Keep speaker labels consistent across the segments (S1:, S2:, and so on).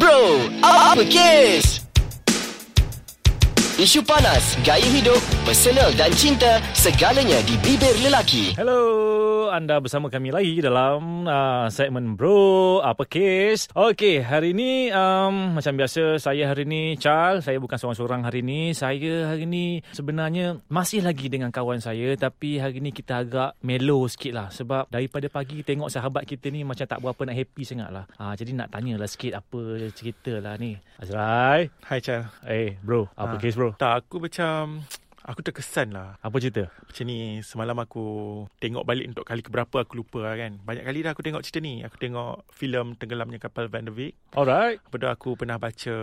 S1: Bro, apa kes? Isu panas, gaya hidup, personal dan cinta, segalanya di bibir lelaki.
S2: Hello, anda bersama kami lagi dalam uh, segmen Bro Apa Kes. Okey, hari ini um, macam biasa saya hari ini Charles, saya bukan seorang-seorang hari ini. Saya hari ini sebenarnya masih lagi dengan kawan saya tapi hari ini kita agak mellow sikit lah sebab daripada pagi tengok sahabat kita ni macam tak berapa nak happy sangat lah. Ha, jadi nak tanyalah sikit apa cerita lah ni. Azrai,
S3: Hai Chal
S2: eh bro, apa
S3: Ah.
S2: kes bro?
S3: Tak aku macam Aku terkesan lah
S2: Apa cerita?
S3: Macam ni Semalam aku Tengok balik untuk kali keberapa Aku lupa lah kan Banyak kali dah aku tengok cerita ni Aku tengok filem Tenggelamnya Kapal Van der Wijk
S2: Alright.
S3: Lepas tu aku pernah baca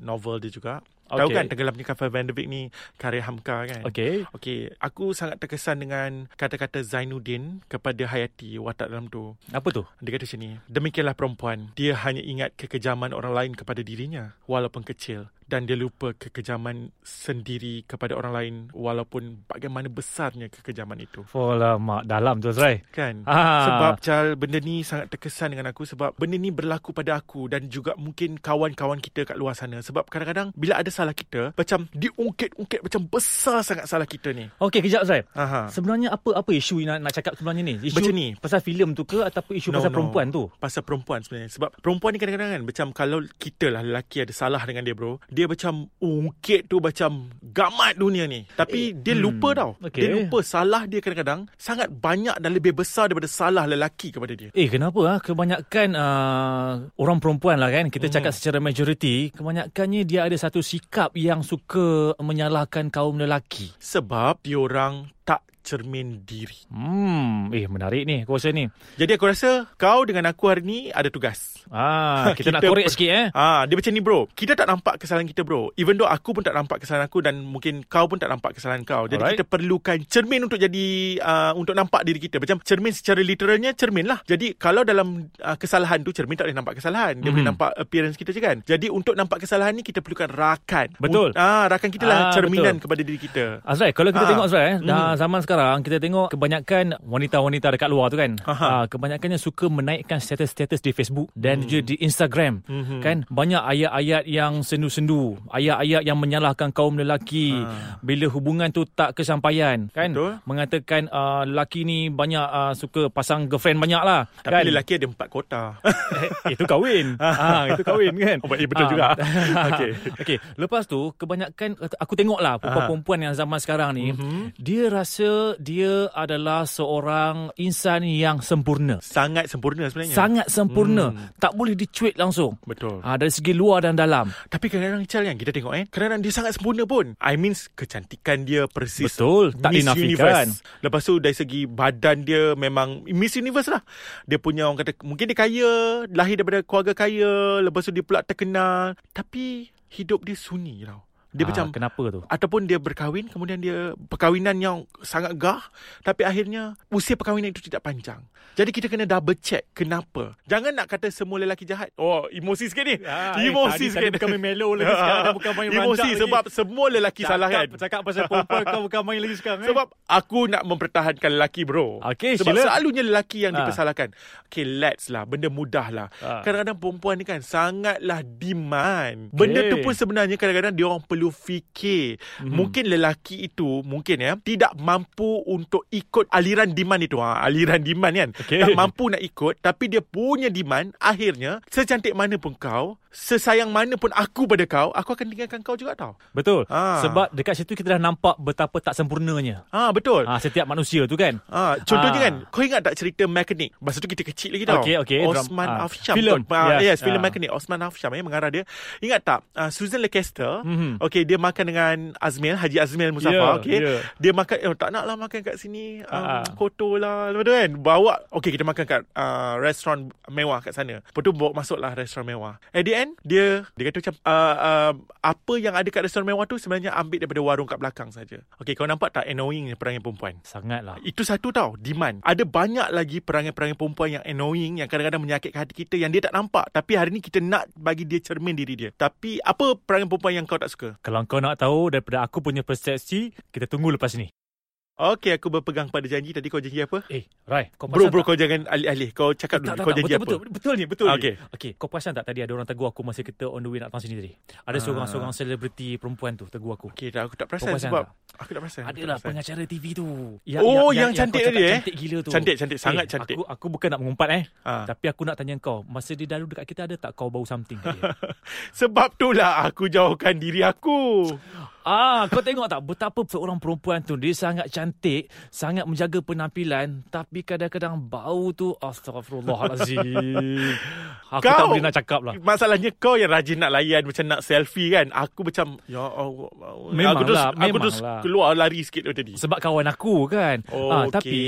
S3: Novel dia juga
S2: Okay.
S3: okay. Tahu kan Tenggelamnya Kapal Van der Wijk ni Karya Hamka kan
S2: Okay.
S3: Okey, aku sangat terkesan dengan kata-kata Zainuddin kepada Hayati watak dalam tu.
S2: Apa tu?
S3: Dia kata macam ni, demikianlah perempuan. Dia hanya ingat kekejaman orang lain kepada dirinya walaupun kecil dan dia lupa kekejaman sendiri kepada orang lain walaupun bagaimana besarnya kekejaman itu.
S2: Oh lah, mak dalam tu Azrai.
S3: Kan?
S2: Ah.
S3: Sebab Chal, benda ni sangat terkesan dengan aku sebab benda ni berlaku pada aku dan juga mungkin kawan-kawan kita kat luar sana. Sebab kadang-kadang bila ada salah kita, macam diungkit-ungkit macam besar sangat salah kita ni.
S2: Okey, kejap Azrai.
S3: Aha.
S2: Sebenarnya apa apa isu yang nak, nak cakap sebenarnya ni? Isu
S3: Macam ni.
S2: Pasal filem tu ke ataupun isu no, pasal no. perempuan tu?
S3: Pasal perempuan sebenarnya Sebab perempuan ni kadang-kadang kan Macam kalau kita lah lelaki ada salah dengan dia bro Dia macam ungkit tu macam gamat dunia ni Tapi eh, dia
S2: hmm,
S3: lupa tau
S2: okey.
S3: okay. Dia lupa salah dia kadang-kadang Sangat banyak dan lebih besar daripada salah lelaki kepada dia
S2: Eh kenapa ah kebanyakan uh, orang perempuan lah kan kita cakap secara majoriti kebanyakannya dia ada satu sikap yang suka menyalahkan kaum lelaki.
S3: Sebab diorang tak cermin diri
S2: Hmm, eh menarik ni aku rasa ni.
S3: Jadi aku rasa kau dengan aku hari ni ada tugas
S2: Ah, kita, kita nak
S3: Kita
S2: korek
S3: per-
S2: sikit eh.
S3: Ah, dia macam ni bro Kita tak nampak kesalahan kita bro Even though aku pun tak nampak kesalahan aku Dan mungkin kau pun tak nampak kesalahan kau Jadi
S2: Alright.
S3: Alright. kita perlukan cermin untuk jadi uh, Untuk nampak diri kita Macam cermin secara literalnya cermin lah Jadi kalau dalam uh, kesalahan tu Cermin tak boleh nampak kesalahan Dia
S2: Mhm.
S3: boleh nampak appearance kita je kan Jadi untuk nampak kesalahan ni Kita perlukan rakan
S2: Betul.
S3: Un- ah, Rakan kita
S2: Ah,
S3: lah cerminan
S2: betul.
S3: kepada diri kita
S2: Azrai, kalau kita
S3: Ah.
S2: tengok Azrai, eh, dah
S3: Mm.
S2: zaman sekarang kita tengok kebanyakan wanita-wanita dekat luar tu kan,
S3: Aha.
S2: ah, kebanyakannya suka menaikkan status-status di Facebook
S3: Hmm.
S2: dan juga di Instagram.
S3: Mhm.
S2: Kan banyak ayat-ayat yang sendu-sendu, ayat-ayat yang menyalahkan kaum lelaki
S3: Ah.
S2: bila hubungan tu tak kesampaian, kan?
S3: Betul.
S2: Mengatakan ah, lelaki ni banyak ah, suka pasang girlfriend banyak lah. kan?
S3: Tapi lelaki ada empat kota
S2: Eh, itu kahwin. ah, itu kahwin kan.
S3: Oh, eh, betul
S2: Ah.
S3: juga. Okey. Ah.
S2: Okey, lepas tu kebanyakan aku tengoklah perempuan-perempuan yang zaman sekarang ni,
S3: Mhm.
S2: mm-hmm. dia rasa dia adalah seorang insan yang sempurna.
S3: Sangat sempurna sebenarnya
S2: Sangat sempurna.
S3: Hmm.
S2: Mm. Tak boleh dicuit langsung.
S3: Betul
S2: Ah, dari segi luar dan dalam.
S3: Tapi kadang-kadang Chal yang kita tengok eh Kadang-kadang dia sangat sempurna pun I mean kecantikan dia persis
S2: Betul, tak
S3: Miss
S2: dinafikan.
S3: Universe. Lepas tu dari segi badan dia memang Miss Universe lah Dia punya orang kata Mungkin dia kaya Lahir daripada keluarga kaya Lepas tu dia pula terkenal Tapi hidup dia sunyi tau Dia
S2: Ah,
S3: macam
S2: kenapa tu?
S3: Ataupun dia berkahwin Kemudian dia Perkahwinan yang sangat gah Tapi akhirnya Usia perkahwinan itu tidak panjang Jadi kita kena double check Kenapa Jangan nak kata semua lelaki jahat Oh emosi sikit ni
S2: Ah, eh,
S3: Emosi
S2: tadi-
S3: sikit
S2: tadi bukan main mellow lagi, sekarang dah bukan main
S3: Emosi
S2: rancak
S3: sebab
S2: lagi.
S3: Semua lelaki salah kan
S2: Cakap pasal perempuan kau bukan main lagi sekarang
S3: Eh?
S2: eh?
S3: sebab aku nak mempertahankan lelaki bro
S2: Okey,
S3: Sebab
S2: sila.
S3: selalunya lelaki yang
S2: Ah.
S3: ha. dipersalahkan Okay let's lah Benda mudah lah
S2: Ah.
S3: Kadang-kadang perempuan ni kan Sangatlah demand Benda tu pun sebenarnya Kadang-kadang dia orang perlu fikir
S2: Mhm.
S3: hmm. Mungkin lelaki itu Mungkin ya Tidak mampu untuk ikut aliran demand itu ha, Aliran demand kan
S2: Okey.
S3: Tak mampu nak ikut Tapi dia punya demand Akhirnya Secantik mana pun kau Sesayang mana pun aku pada kau Aku akan tinggalkan kau juga tau
S2: Betul.
S3: Ah.
S2: Sebab dekat situ kita dah nampak betapa tak sempurnanya.
S3: Ah Betul
S2: Ah, setiap manusia tu kan.
S3: Ah, contohnya
S2: Ah.
S3: kan, kau ingat tak cerita Mekanik? Masa tu kita kecil lagi tau.
S2: Okey, okey, dram-
S3: Osman
S2: ah,
S3: Afsham.
S2: filem.
S3: Kot. Ah,
S2: Yes,
S3: yes, filem
S2: ah.
S3: Mekanik. Osman Afsham yang mengarah dia. Ingat tak, ah, Susan Lecaster,
S2: Mhm.
S3: okay, dia makan dengan Azmil, Haji Azmil
S2: Ya,
S3: Mustafa, okay.
S2: ya.
S3: Dia makan, eh, tak nak lah makan kat sini, um,
S2: Ah, ah.
S3: kotor lah. Lepas tu kan, bawa, okay, kita makan kat ah, restoran mewah kat sana. Lepas tu bawa masuk lah restoran mewah. At the end, dia, dia kata macam, ah, ah, apa yang ada kat restoran mewah tu sebenarnya ambil daripada warung kat belakang saja. Okay, kau nampak tak annoying perangai perempuan?
S2: Sangatlah.
S3: Itu satu tau Demand Ada banyak lagi Perangai-perangai perempuan Yang annoying Yang kadang-kadang menyakitkan hati kita Yang dia tak nampak Tapi hari ni kita nak Bagi dia cermin diri dia Tapi apa perangai perempuan Yang kau tak suka?
S2: Kalau kau nak tahu daripada aku punya persepsi, kita tunggu lepas ni.
S3: Okey, aku berpegang pada janji. Tadi kau janji apa?
S2: Eh, Rai, kau perasan
S3: Bro, bro
S2: tak?
S3: kau jangan alih-alih. Kau cakap dulu
S2: tak, tak,
S3: kau
S2: tak,
S3: janji
S2: betul,
S3: apa.
S2: betul, betul, betul ni, betul
S3: Ah,
S2: ni.
S3: okey.
S2: Okey, kau perasan tak tadi ada orang tegur aku masa kita on the way nak datang sini tadi? Ada seorang-seorang selebriti perempuan tu tegur aku.
S3: Ah. Okey, dah aku tak perasan
S2: Kau perasan
S3: sebab
S2: tak?
S3: aku tak perasan.
S2: Adalah
S3: aku tak perasan.
S2: pengacara TV tu. Ya,
S3: Oh, yang
S2: kau
S3: cantik
S2: cakap
S3: tadi, eh?
S2: Cantik gila tu.
S3: Cantik, cantik. Sangat
S2: Eh,
S3: cantik.
S2: Aku aku bukan nak mengumpat eh.
S3: Ah.
S2: Tapi aku nak tanya kau, masa dia dalu dekat kita ada tak kau bau something kat dia?
S3: Sebab itulah aku jauhkan diri aku.
S2: Ah, kau tengok tak betapa seorang perempuan tu dia sangat cantik, sangat menjaga penampilan tapi kadang-kadang bau tu astagfirullahalazim. Aku tak
S3: Kau-
S2: boleh nak cakap lah.
S3: Masalahnya kau yang rajin nak layan macam nak selfie kan. Aku macam ya Allah.
S2: Memanglah,
S3: aku terus aku terus
S2: memanglah.
S3: keluar lari sikit dari tadi.
S2: Sebab kawan aku kan.
S3: Oh,
S2: Ah,
S3: okey.
S2: tapi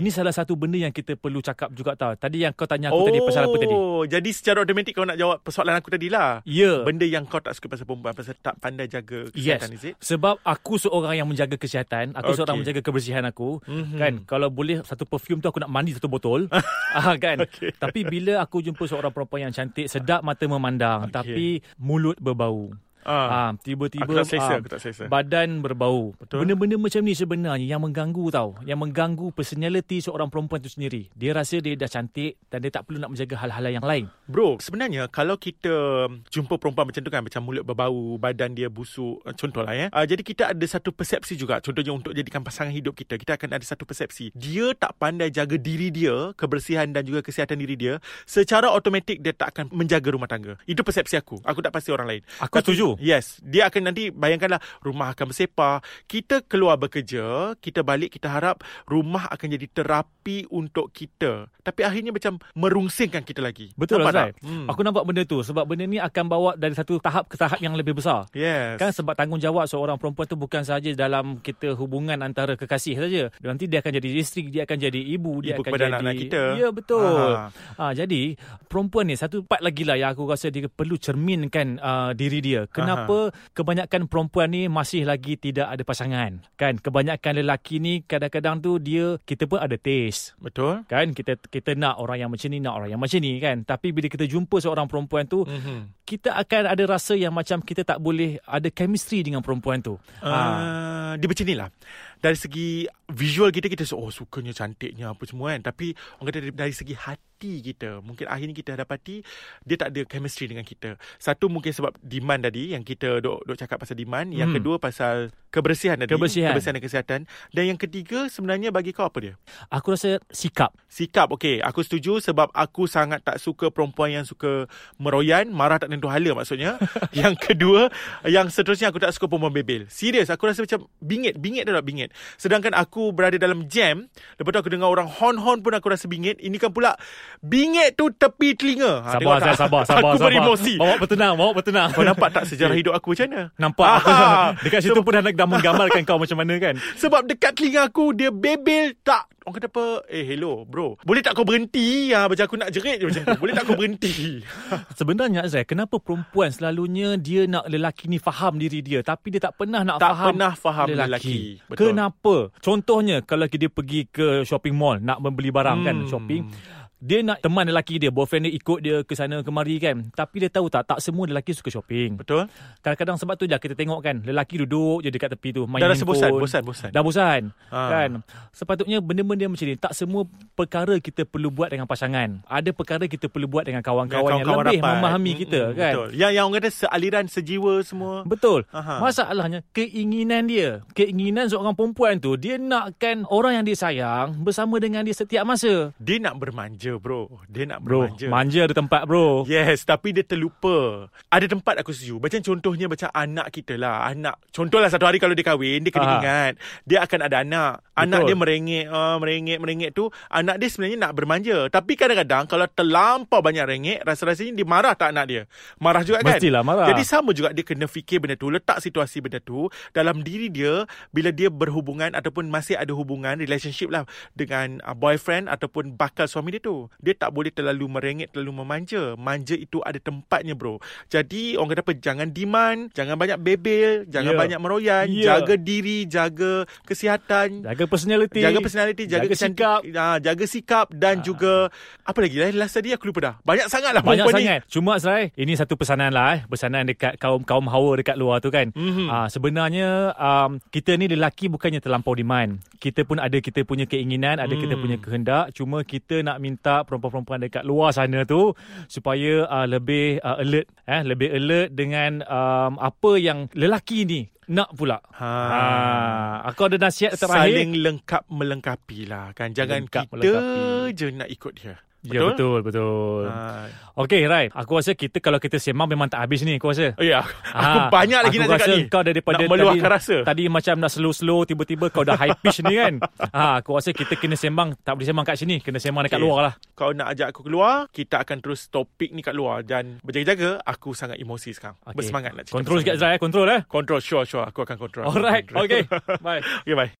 S2: ini salah satu benda yang kita perlu cakap juga tau. Tadi yang kau tanya aku tadi pasal apa tadi?
S3: Oh, jadi secara automatik kau nak jawab persoalan aku tadi lah.
S2: Ya.
S3: Benda yang kau tak suka pasal perempuan pasal tak pandai jaga
S2: Yes.
S3: kesihatan, is it?
S2: Sebab aku seorang yang menjaga kesihatan, aku
S3: Okey. Mhm.
S2: okay. seorang menjaga kebersihan aku, mm-hmm. kan. Kalau boleh satu perfume tu aku nak mandi satu botol. ah kan.
S3: Okey.
S2: Tapi bila aku jumpa seorang perempuan yang cantik, sedap mata memandang
S3: Okey.
S2: tapi mulut berbau.
S3: Ah.
S2: Ah, tiba-tiba
S3: Aku tak selesa,
S2: ah,
S3: aku tak selesa.
S2: badan berbau. Betul. Benda-benda macam ni sebenarnya yang mengganggu tau, yang mengganggu personality seorang perempuan tu sendiri. Dia rasa dia dah cantik dan dia tak perlu nak menjaga hal-hal yang lain.
S3: Bro, sebenarnya kalau kita jumpa perempuan macam tu kan, macam mulut berbau, badan dia busuk, eh, contohlah ya. Uh, jadi kita ada satu persepsi juga. Contohnya untuk jadikan pasangan hidup kita, kita akan ada satu persepsi. Dia tak pandai jaga diri dia, kebersihan dan juga kesihatan diri dia. Secara automatik dia tak akan menjaga rumah tangga. Itu persepsi aku. Aku tak pasti orang lain.
S2: Aku setuju.
S3: Yes, dia akan nanti bayangkanlah rumah akan bersepah. Kita keluar bekerja, kita balik kita harap rumah akan jadi terapi untuk kita. Tapi akhirnya macam merungsingkan kita lagi.
S2: Betul
S3: Nampak
S2: Azrai.
S3: tak? Hmm.
S2: Aku nampak benda tu sebab benda ni akan bawa dari satu tahap ke tahap yang lebih besar.
S3: Yes.
S2: Kan sebab tanggungjawab seorang perempuan tu bukan sahaja dalam kita hubungan antara kekasih saja. Nanti dia akan jadi isteri, dia akan jadi ibu, dia
S3: Ibu
S2: akan
S3: kepada
S2: jadi
S3: anak-anak kita.
S2: Ya betul.
S3: Ah.
S2: Ha. jadi perempuan ni satu part lagi lah yang aku rasa dia perlu cerminkan uh, diri dia. Kenapa kebanyakan perempuan ni masih lagi tidak ada pasangan? Kan kebanyakan lelaki ni kadang-kadang tu dia kita pun ada taste
S3: Betul.
S2: kan kita kita nak orang yang macam ni nak orang yang macam ni kan tapi bila kita jumpa seorang perempuan tu
S3: Mm-hmm.
S2: kita akan ada rasa yang macam kita tak boleh ada chemistry dengan perempuan tu. Ah,
S3: Uh, dia macam ni lah. Dari segi visual kita, kita rasa, oh sukanya cantiknya apa semua kan. Tapi orang kata dari, dari segi hati kita, mungkin akhirnya kita dapati dia tak ada chemistry dengan kita. Satu mungkin sebab demand tadi yang kita dok, dok cakap pasal demand. Yang
S2: Hmm.
S3: kedua pasal kebersihan tadi.
S2: Kebersihan.
S3: Kebersihan dan kesihatan. Dan yang ketiga sebenarnya bagi kau apa dia?
S2: aku rasa sikap.
S3: Sikap okey aku setuju sebab aku sangat tak suka perempuan yang suka meroyan marah tak tentu hala maksudnya yang kedua yang seterusnya aku tak suka perempuan bebel serius aku rasa macam bingit bingit dah bingit sedangkan aku berada dalam jam lepas tu aku dengar orang horn-horn pun aku rasa bingit ini kan pula bingit tu tepi telinga Ha,
S2: Sabar
S3: tengok
S2: saya
S3: tak?
S2: sabar sabar
S3: aku
S2: sabar.
S3: beremosi
S2: Bawa bertenang, bawa bertenang.
S3: kau nampak tak sejarah hidup aku macam mana Ah,
S2: Nampak aku
S3: Aha.
S2: dekat situ pun dah, dah menggambarkan kau macam mana kan.
S3: Sebab dekat telinga aku Dia bebel tak Orang kata apa Eh hello bro Boleh tak kau berhenti ha, Macam aku nak jerit je macam tu Boleh tak kau berhenti
S2: Sebenarnya Azrai, kenapa perempuan selalunya dia nak lelaki ni faham diri dia tapi dia tak pernah nak
S3: Tak
S2: faham
S3: pernah faham lelaki. Betul.
S2: Kenapa? Contohnya kalau dia pergi ke shopping mall nak membeli barang kan
S3: Hmm.
S2: shopping dia nak teman lelaki dia, boyfriend dia ikut dia ke sana kemari kan. Tapi dia tahu tak, tak semua lelaki suka shopping.
S3: Betul
S2: Kadang-kadang sebab tu je kita tengok kan Lelaki duduk je dekat tepi tu main
S3: Dah rasa
S2: handphone.
S3: bosan Bosan bosan
S2: Dah bosan
S3: Ha.
S2: kan Sepatutnya benda-benda macam ni Tak semua perkara kita perlu buat dengan pasangan Ada perkara kita perlu buat dengan kawan-kawan, Yang lebih
S3: rapat.
S2: memahami
S3: Mm,
S2: kita
S3: mm,
S2: kan
S3: Betul Yang, yang orang kata sealiran sejiwa semua
S2: Betul.
S3: Aha.
S2: Masalahnya keinginan dia. Keinginan seorang perempuan tu dia nakkan orang yang dia sayang bersama dengan dia setiap masa.
S3: Dia nak bermanja bro Dia nak
S2: Bro,
S3: bermanja
S2: manja, manja ada tempat bro.
S3: Yes, tapi dia terlupa. Ada tempat aku setuju. Macam contohnya macam anak kita lah. Anak, contohlah satu hari kalau dia kahwin, dia kena
S2: Ah.
S3: ingat. Dia akan ada anak. Anak
S2: Betul.
S3: dia merengek, uh, merengek, merengek tu. Anak dia sebenarnya nak bermanja. Tapi kadang-kadang kalau terlampau banyak rengek, rasa-rasanya dia marah tak anak dia? Marah juga kan?
S2: Mestilah marah.
S3: Jadi sama juga dia kena fikir benda tu. Letak situasi benda tu dalam diri dia bila dia berhubungan ataupun masih ada hubungan, relationship lah dengan uh, boyfriend ataupun bakal suami dia tu. tu. Dia tak boleh terlalu merengek, terlalu memanja. Manja itu ada tempatnya bro. Jadi orang kata apa, jangan demand, jangan banyak bebel,
S2: Ya.
S3: jangan yeah. banyak meroyan,
S2: Ya.
S3: yeah. jaga diri, jaga kesihatan.
S2: Jaga personality.
S3: Jaga personality, jaga,
S2: jaga
S3: kecantik-
S2: sikap. Ah.
S3: ah, jaga sikap dan juga apa lagi? Lah, Last tadi aku lupa dah. Banyak sangat lah
S2: Banyak
S3: perempuan
S2: sangat. Ni. Cuma Serai, ini satu pesanan lah eh. Pesanan dekat kaum-kaum hawa dekat luar tu kan. Mm-hmm. Uh, sebenarnya um, kita ni lelaki bukannya terlampau demand. Kita pun ada kita punya keinginan, ada mm. kita punya kehendak. Cuma kita nak minta perempuan-perempuan dekat luar sana tu supaya uh, lebih uh, alert. Eh, lebih alert dengan um, apa yang lelaki ni nak pula.
S3: Ha.
S2: Ha. Aku ada nasihat
S3: ni.
S2: terakhir.
S3: Saling lengkap melengkapi lah kan. Jangan
S2: Lengkap
S3: kita
S2: melengkapi.
S3: je nak ikut dia. Betul?
S2: Ya, betul, betul. Ha.
S3: Ha.
S2: Okey, Rai. Aku rasa kita kalau kita sembang memang tak habis ni, aku rasa.
S3: Oh, ya, aku
S2: Ah,
S3: banyak lagi
S2: aku
S3: nak cakap
S2: rasa
S3: ni.
S2: Kau daripada
S3: nak meluahkan rasa.
S2: Tadi macam nak slow-slow tiba-tiba kau dah high pitch ni kan. Ha aku rasa kita kena sembang, tak boleh sembang kat sini, kena sembang dekat
S3: Okey.
S2: luar lah.
S3: Kau nak ajak aku keluar, kita akan terus topik ni kat luar dan berjaga-jaga, aku sangat emosi sekarang.
S2: Okey.
S3: Bersemangat nak cakap.
S2: Control sikit
S3: bersama.
S2: Zai, eh, control eh.
S3: Control, sure, sure. Aku akan control.
S2: Alright.
S3: Control.
S2: Okay. Bye.
S3: okay, bye.